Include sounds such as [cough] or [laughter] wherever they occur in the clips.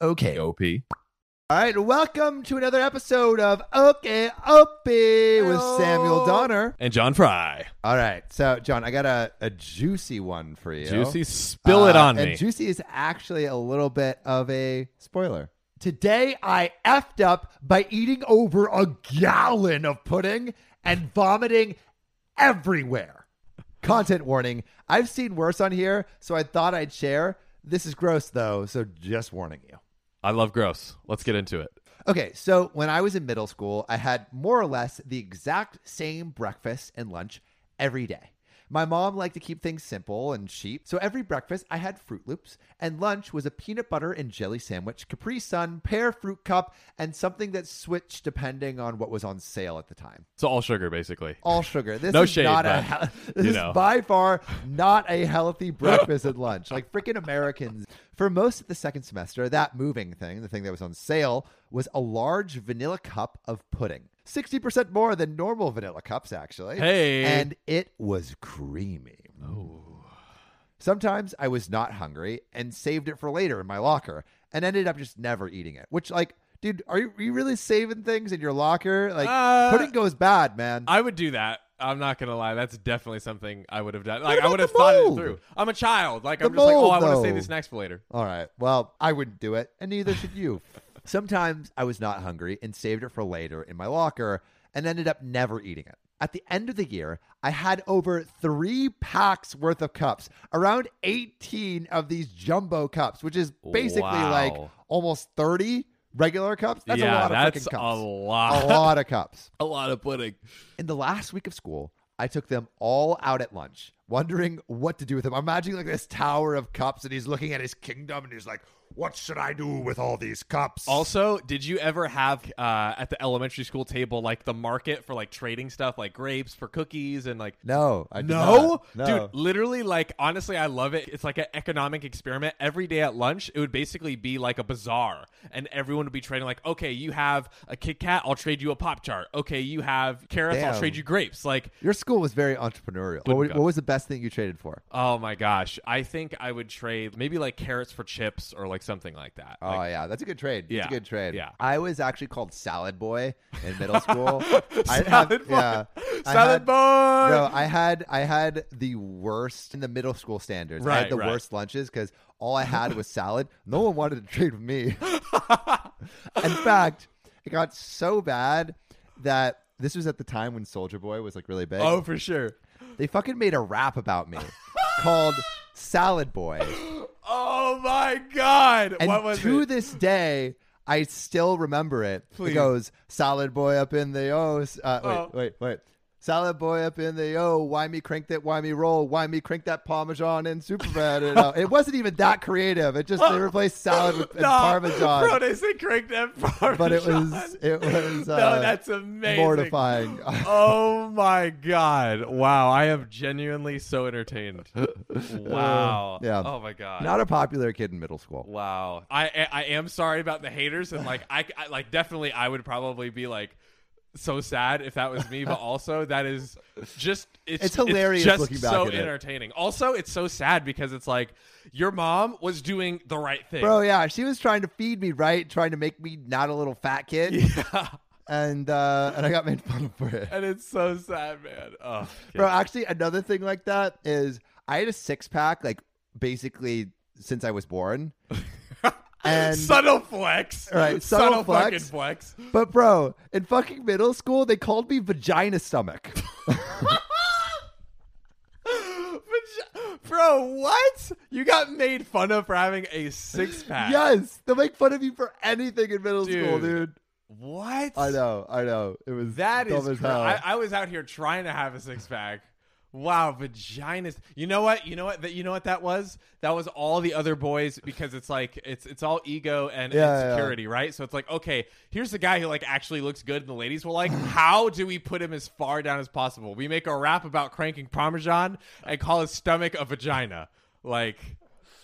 Okay. OP. All right, welcome to another episode of Okay OP with Samuel Donner. And John Fry. All right, so John, I got a, a juicy one for you. Juicy, spill it Uh, on and me. Juicy is actually a little bit of a spoiler. Today I effed up by eating over a gallon of pudding and vomiting everywhere. Content warning. I've seen worse on here, so I thought I'd share. This is gross though, so just warning you. I love gross. Let's get into it. Okay, so when I was in middle school, I had more or less the exact same breakfast and lunch every day. My mom liked to keep things simple and cheap, so every breakfast I had Fruit Loops, and lunch was a peanut butter and jelly sandwich, Capri Sun, pear fruit cup, and something that switched depending on what was on sale at the time. So all sugar, basically. All sugar. This No is shade, not a but, he- you this know. is [laughs] by far not a healthy breakfast and lunch. Like freaking Americans. For most of the second semester, that moving thing, the thing that was on sale, was a large vanilla cup of pudding. 60% more than normal vanilla cups, actually. Hey. Oh. And it was creamy. Sometimes I was not hungry and saved it for later in my locker and ended up just never eating it, which, like, dude, are you, are you really saving things in your locker? Like, Uh, pudding goes bad, man. I would do that. I'm not gonna lie. That's definitely something I would have done. Like I about would have the thought it mold? through. I'm a child. Like The I'm just like, oh, I mold, want to though. save these snacks for later. All right. Well, I wouldn't do it, and neither should you. [laughs] Sometimes I was not hungry and saved it for later in my locker and ended up never eating it. At the end of the year, I had over three packs worth of cups, around 18 of these jumbo cups, which is basically Wow. like almost 30 regular cups. That's yeah, a lot of that's freaking cups. a lot. [laughs] a lot of cups. a lot of pudding. In the last week of school, I took them all out at lunch, wondering what to do with them. I'm imagining like this tower of cups, and he's looking at his kingdom, and he's like, "What should I do with all these cups?" Also, did you ever have uh, at the elementary school table like the market for like trading stuff, like grapes for cookies and like no, I did No? not. no, dude. Literally, like honestly, I love it. It's like an economic experiment. Every day at lunch, it would basically be like a bazaar, and everyone would be trading. Like, okay, you have a Kit Kat, I'll trade you a Pop Tart. Okay, you have carrots, I'll Damn. trade you grapes. Like, Your school was very entrepreneurial. Good What, God. what was the best thing you traded for? oh my gosh, I think I would trade maybe like carrots for chips or like something like that. Oh Like, yeah, that's a good trade. That's Yeah, a good trade. yeah. I was actually called Salad Boy in [laughs] middle school. I have- salad boy, yeah. I salad had- boy. [laughs] No, I had I had the worst in the middle school standards. I Right, had the right. worst lunches because all I had was salad. No one wanted to trade [laughs] with me. in fact, it got so bad that this was at the time when Soldier Boy was like really big. oh, for sure. They fucking made a rap about me called Salad Boy. Oh my god, And what was to it? this day, I still remember it. Please. It goes, "Solid boy up in the O." s- Uh, wait, Oh. wait, wait. Solid boy up in the O. Why me crank that? Why me roll? Why me crank that Parmesan and super bad? [laughs] And, uh, it wasn't even that creative. It just Oh. they replaced salad with and Nah, Parmesan. bro. They said crank that Parmesan, but it was it was uh, no, that's amazing. mortifying. [laughs] oh my god! Wow, I am genuinely so [laughs] entertained. Wow. Uh, yeah. Oh my god. Not a popular kid in middle school. wow. I, I I am sorry about the haters and like I, I like definitely I would probably be like so sad if that was me, but also that is just it's, It's hilarious just looking back so at it. entertaining. Also, it's so sad because it's like your mom was doing the right thing. Bro, yeah, she was trying to feed me right, trying to make me not a little fat kid, [laughs] Yeah. and uh, and I got made fun of for it. And it's so sad, man. Oh, Bro, actually, another thing like that is I had a six pack, like basically since I was born. And subtle flex. Right, subtle flex. fucking flex. but bro, in fucking middle school, they called me [laughs] vagina stomach. Vagi- [laughs] Bro, what? You got made fun of for having a six pack. yes, they'll make fun of you for anything in middle school, Dude. dude. What? I know, I know. It was That dumb is. as cra- hell. I, I was out here trying to have a six pack. Wow, vaginas. You know what? You know what? That you know what that was? That was all the other boys because it's like it's it's all ego and Yeah, yeah. insecurity, right? So it's like, okay, here's the guy who like actually looks good, and the ladies will like. [clears throat] How do we put him as far down as possible? We make a rap about cranking parmesan and call his stomach a vagina. Like,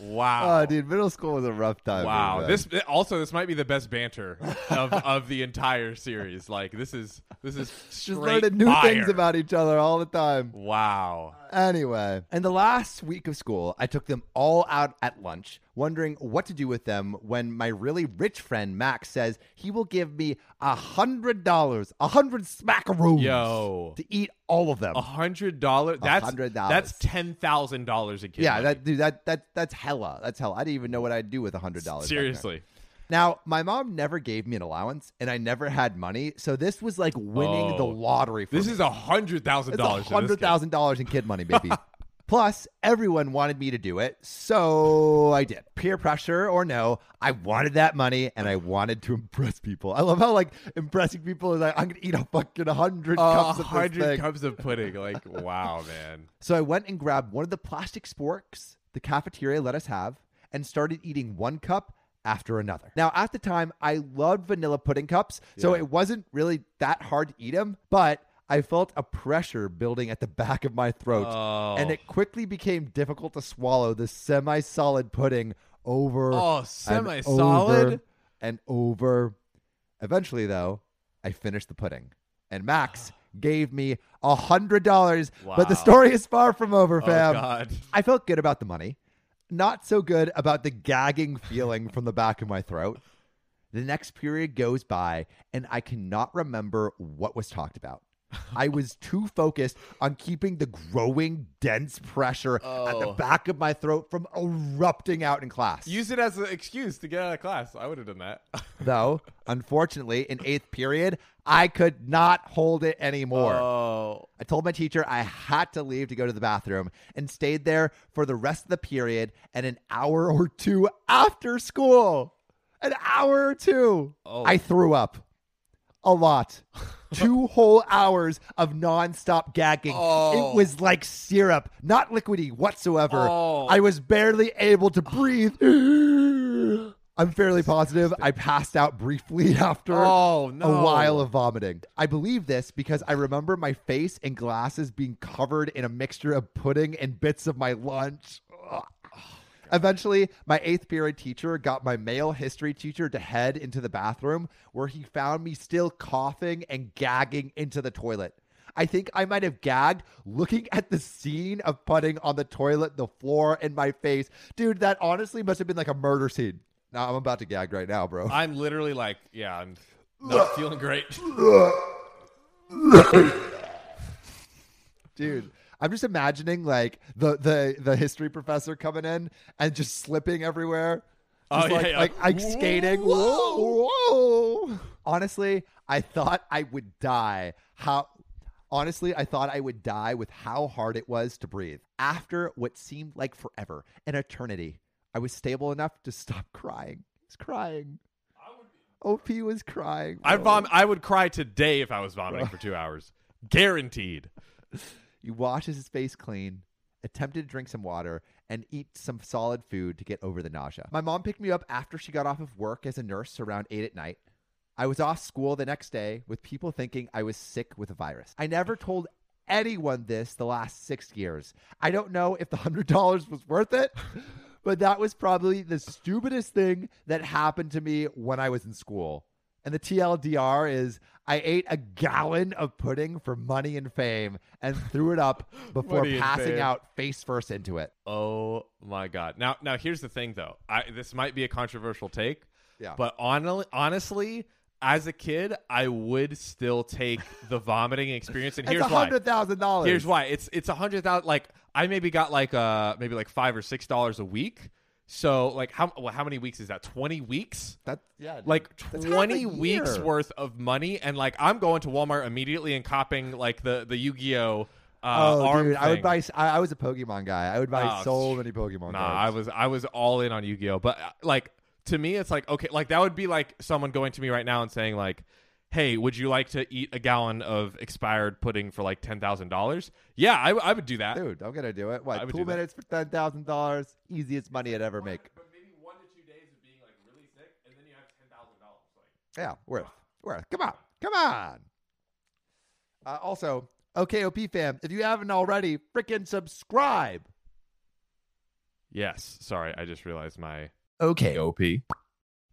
wow, oh, dude, middle school was a rough time. Wow. man. This also this might be the best banter of, of the entire series. Like this is this is just straight learning new fire. things about each other all the time. Wow. Anyway, in the last week of school, I took them all out at lunch, wondering what to do with them when my really rich friend Max says he will give me a hundred dollars, a hundred smackaroos, Yo. to eat all of them. A hundred dollars. That's $100. That's ten thousand dollars a kid. yeah, money. that dude, that that that's hella. That's hella. I didn't even know what I'd do with a hundred dollars. back then. seriously. Now, my mom never gave me an allowance, and I never had money, so this was like winning the Oh. lottery. For This me. is a hundred thousand It's dollars. to this hundred kid. thousand dollars in kid [laughs] money, baby. Plus, everyone wanted me to do it, so I did. Peer pressure or no, I wanted that money, and I wanted to impress people. I love how like impressing people is like I'm gonna eat a fucking hundred cups A of this hundred thing. cups of pudding. Like wow, man. so I went and grabbed one of the plastic sporks the cafeteria let us have, and started eating one cup after another. Now, at the time, I loved vanilla pudding cups, so Yeah. it wasn't really that hard to eat them, but. I felt a pressure building at the back of my throat Oh. [laughs] and it quickly became difficult to swallow the semi-solid pudding over Oh, and semi-solid. over and over. Eventually, though, I finished the pudding, [gasps] and Max gave me a hundred dollars. But the Wow. story is far from over, Oh fam. God. I felt good about the money, not so good about the gagging feeling from the back of my throat. The next period goes by, and I cannot remember what was talked about. [laughs] I was too focused on keeping the growing dense pressure at the Oh. back of my throat from erupting out in class. Use it as an excuse to get out of class. I would have done that. Though, unfortunately, in eighth period, I could not hold it anymore. Oh. I told my teacher I had to leave to go to the bathroom and stayed there for the rest of the period and an hour [laughs] or two after school. An hour or two. Oh. I threw up [laughs] a lot. two whole hours of nonstop gagging. Oh. It was like syrup, not liquidy whatsoever. Oh. I was barely [sighs] able to breathe. I'm fairly positive I passed out briefly [laughs] after Oh no. a while of vomiting. I believe this because I remember my face and glasses being covered in a mixture of pudding and bits of my lunch. Ugh. Eventually, my eighth period teacher got my male history teacher to head into the bathroom where he found me still coughing and gagging into the toilet. I think I might have gagged looking at the scene of pudding on the toilet, the floor, and my face. Dude, that honestly must have been like a murder scene. Now I'm about to gag right now, bro. I'm literally like, yeah, I'm not feeling great. dude. I'm just imagining like the the the history professor coming in and just slipping everywhere. Oh, Just yeah, like, yeah. like Ike skating. Whoa, Whoa! whoa. Honestly, I thought I would die. How honestly, I thought I would die with how hard it was to breathe. After what seemed like forever, an eternity, I was stable enough to stop [laughs] crying. I was crying. OP was crying. I bro. vom- I would cry today if I was vomiting for two hours, guaranteed. He washes his face clean, attempted to drink some water, and eat some solid food to get over the nausea. My mom picked me up after she got off of work as a nurse around 8 at night. I was off school the next day with people thinking I was sick with a virus. I never told anyone this the last six years. I don't know if the $100 was worth it, [laughs] but that was probably the stupidest thing that happened to me when I was in school. And the TLDR is I ate a gallon of pudding for money and fame and threw it up [laughs] before Money and passing fame. out face first into it. Oh my god! Now, now here's the thing, though. I this might be a controversial take, Yeah. but on, honestly, as a kid, I would still take the vomiting experience. And It's here's a why. hundred thousand dollars. Here's why. It's it's a hundred thousand. Like I maybe got like uh maybe like five or six dollars a week. So like how well, how many weeks is that? Twenty weeks. That yeah. Like That's half a twenty weeks year. worth of money, and like I'm going to Walmart immediately and copying like the the Yu-Gi-Oh. Uh, oh, arm dude, I would thing. buy. I, I was a Pokemon guy. I would buy Oh, so sh- many Pokemon. Nah, I cards. was I was all in on Yu-Gi-Oh, but uh, like to me it's like okay, like that would be like someone going to me right now and saying like, "Hey, would you like to eat a gallon of expired pudding for like $10,000?" Yeah, I, w- I would do that. dude, I'm gonna do it. I What? would Two do that. minutes for ten thousand dollars. Easiest money I'd ever make. But maybe 1 to 2 days of being like really sick and then you have $10,000 like Yeah, worth, worth. Come on, come on. Uh, also, OKOP fam, if you haven't already, freaking subscribe. Yes, sorry, I just realized my Okay, OP.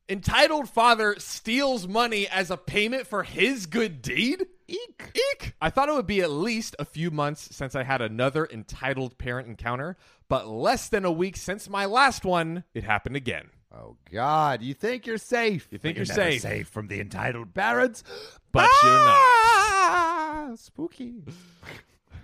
Entitled father steals money as a payment for his good deed? Eek. Eek! I thought it would be at least a few months since I had another entitled parent encounter, but less than a week since my last one, it happened again. Oh God! You think you're safe? You think but you're never safe. safe from the entitled parents? But you're not. Ah, spooky.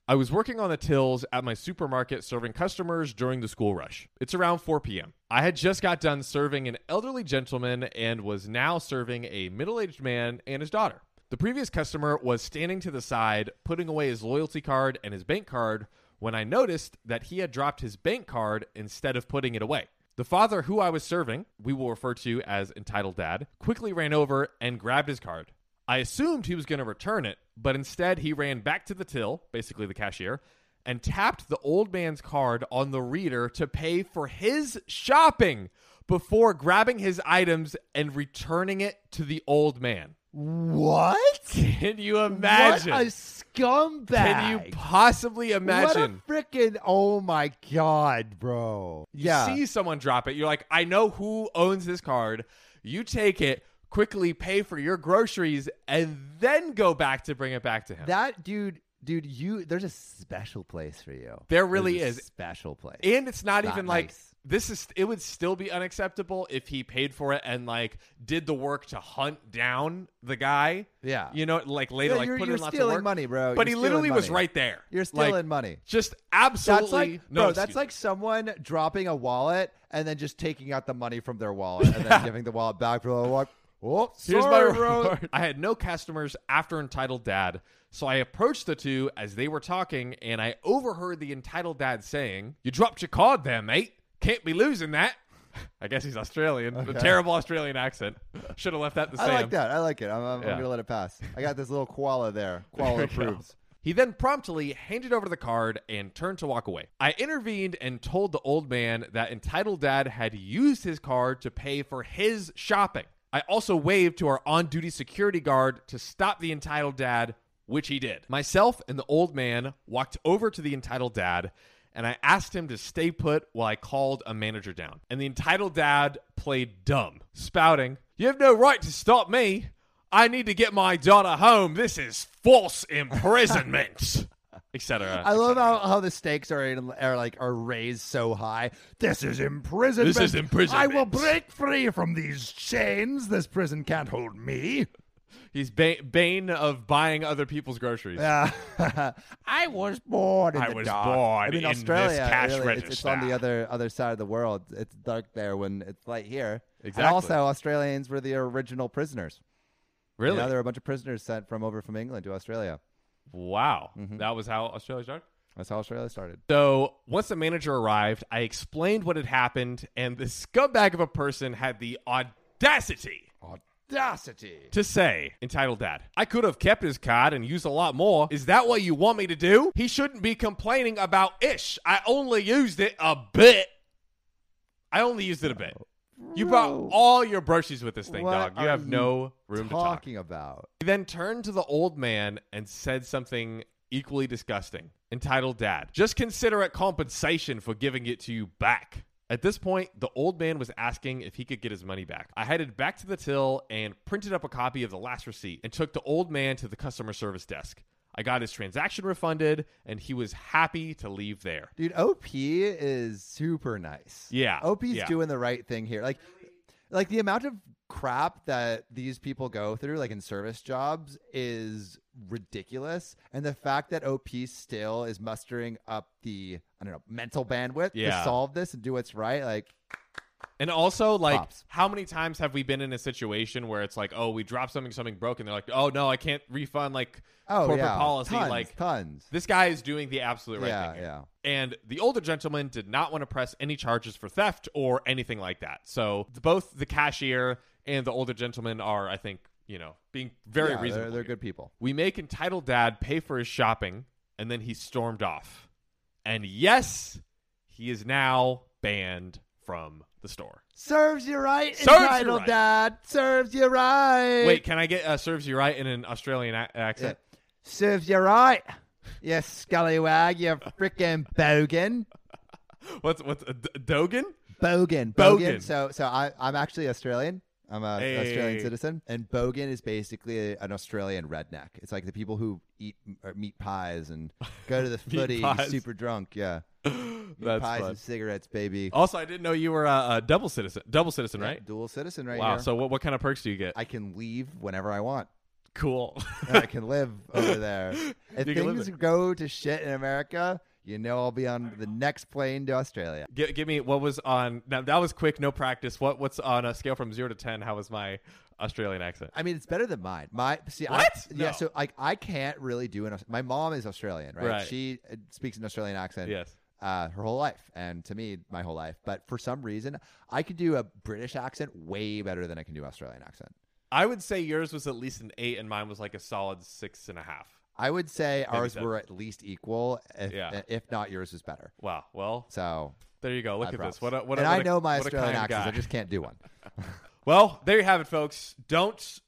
I was working on the tills at my supermarket serving customers during the school rush. It's around 4 p.m. I had just got done serving an elderly gentleman and was now serving a middle aged man and his daughter. The previous customer was standing to the side, putting away his loyalty card and his bank card, when I noticed that he had dropped his bank card instead of putting it away. The father who I was serving, we will refer to as entitled dad, quickly ran over and grabbed his card. I assumed he was going to return it, but instead he ran back to the till, basically the cashier, and tapped the old man's card on the reader to pay for his shopping before grabbing his items and returning it to the old man. What? Can you imagine? What a scumbag! Can you possibly imagine? What a freaking! Oh my God, bro! yeah. see someone drop it. You're like, I know who owns this card. You take it, quickly pay for your groceries, and then go back to bring it back to him. That dude, dude, you there's a special place for you. There really There's a is. special place. and it's not, Not even like nice. this is it would still be unacceptable if he paid for it and like did the work to hunt down the guy. yeah, You know, like later, Yeah, like you're, put you're in lots of stealing work. money, bro. But You're he stealing literally was money. right there. You're Like, stealing money. Just That's absolutely like, no. bro, that's excuse. like someone dropping a wallet and then just taking out the money from their wallet [laughs] and then giving the wallet back for the like, oh, Here's sorry, my bro. report. I had no customers after Entitled Dad, so I approached the two as they were talking, and I overheard the Entitled Dad saying, "You dropped your card there, mate. Can't be losing that." [laughs] I guess he's Australian. A terrible Australian accent. Should have left that the I same. like that. I like it. I'm, I'm, Yeah. I'm gonna let it pass. I got this little koala there. Koala There we go. approves. He then promptly handed over the card and turned to walk away. I intervened and told the old man that entitled dad had used his card to pay for his shopping. I also waved to our on duty security guard to stop the entitled dad, which he did. Myself and the old man walked over to the entitled dad and I asked him to stay put while I called a manager down. And the entitled dad played dumb, spouting, You have no right to stop me. I need to get my daughter home. This is false [laughs] imprisonment, etc. I love how, how the stakes are, in, are like are raised so high. This is imprisonment. This is I will imprisonment. break free from these chains. This prison can't hold me. He's ba- bane of buying other people's groceries. Yeah. Uh, [laughs] I was born in I the was dark. born I mean, in this Australia, cash really, it's, it's on the register. other other side of the world. It's dark there when it's light here. Exactly. And also, Australians were the original prisoners. You really? know, there were a bunch of prisoners sent from over from England to Australia. wow. Mm-hmm. That was how Australia started. That's how Australia started. So once the manager arrived, I explained what had happened, and this scumbag of a person had the audacity Audacity. to say, entitled dad, I could have kept his card and used a lot more. Is that what you want me to do? He shouldn't be complaining about ish. I only used it a bit. I only used it a bit. You brought Bro. all your brushes with this thing, What dog. You are have no room to talk. Talking about. He then turned to the old man and said something equally disgusting, entitled Dad. Just consider it compensation for giving it to you back. At this point, the old man was asking if he could get his money back. I headed back to the till and printed up a copy of the last receipt and took the old man to the customer service desk. I got his transaction refunded and he was happy to leave there. Dude, OP is super nice. Yeah, OP's yeah. doing the right thing here. Like like the amount of crap that these people go through like in service jobs is ridiculous and the fact that OP still is mustering up the I don't know, mental bandwidth Yeah. to solve this and do what's right like And also, like, Props. how many times have we been in a situation where it's like, oh, we dropped something, something broke, and they're like, oh, no, I can't refund, like, oh corporate yeah, policy. tons, like, tons. This guy is doing the absolute right yeah, thing. here. yeah. And the older gentleman did not want to press any charges for theft or anything like that. So th- both the cashier and the older gentleman are, I think, you know, being very Yeah, they're- reasonable. They're here. good people. We make entitled dad pay for his shopping, and then he stormed off. And yes, he is now banned from the store. Serves you right, Serves you entitled right. dad. Serves you right. Wait, can I get uh, serves you right in an Australian a- Yeah. accent? Serves you right. You scallywag, you freaking bogan. What's what's uh, D- Dogan? [gasps] Bogan, bogan. Bogan. So, so I, I'm actually Australian. I'm an Hey. Australian citizen, and bogan is basically a, an Australian redneck. It's like the people who eat m- or meat pies and [laughs] go to the footy pies. super drunk. Yeah, meat That's pies fun. and cigarettes, baby. Also, I didn't know you were a, a double citizen. Double citizen, right? Dual citizen, right wow. here. So what, what kind of perks do you get? I can leave whenever I want. cool. [laughs] And I can live over there. If You can live things there. go to shit in America, you know I'll be on the next plane to Australia. give, give me what was on. Now that was quick, no practice. What what's on a scale from zero to ten? How was my Australian accent? I mean, it's better than mine. My see, What? I, yeah. No. So like, I can't really do an. Aus- My mom is Australian, right? Right. She uh, speaks an Australian accent. Yes. Uh, her whole life, and to me, my whole life. But for some reason, I could do a British accent way better than I can do Australian accent. I would say yours was at least an eight, and mine was like a solid six and a half. I would say ours so. were at least equal, if, uh, Yeah. if not yours is better. Wow. Well, So there you go. Look I at props. this. What a, what a- and what I a- know my what a Australian kind accents. I guy. just can't [laughs] do one. Well, there you have it, folks. Don't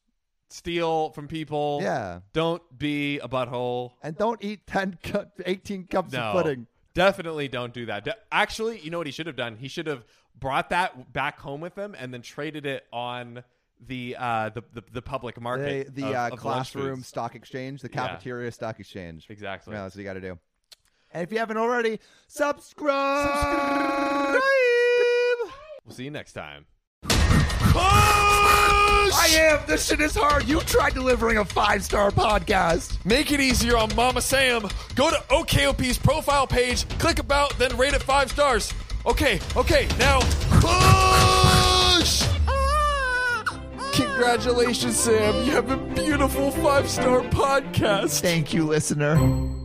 steal from people. Yeah. Don't be a butthole. And don't eat 10 cup, 18 [laughs] cups No, of pudding. definitely don't do that. De- Actually, you know what he should have done? He should have brought that back home with him and then traded it on the uh, the, the the public The, market, the of- uh, of lunch classroom foods. stock exchange, the Yeah. cafeteria stock exchange. Exactly. Yeah, that's what you got to do. And if you haven't already, subscribe. We'll see you next time. I am. This shit is hard. You tried delivering a five star podcast. Make it easier on Mama Sam. Go to OKOP's profile page, click about, then rate it five stars. Okay, okay, now push! Congratulations, Sam. You have a beautiful five star podcast. Thank you, listener.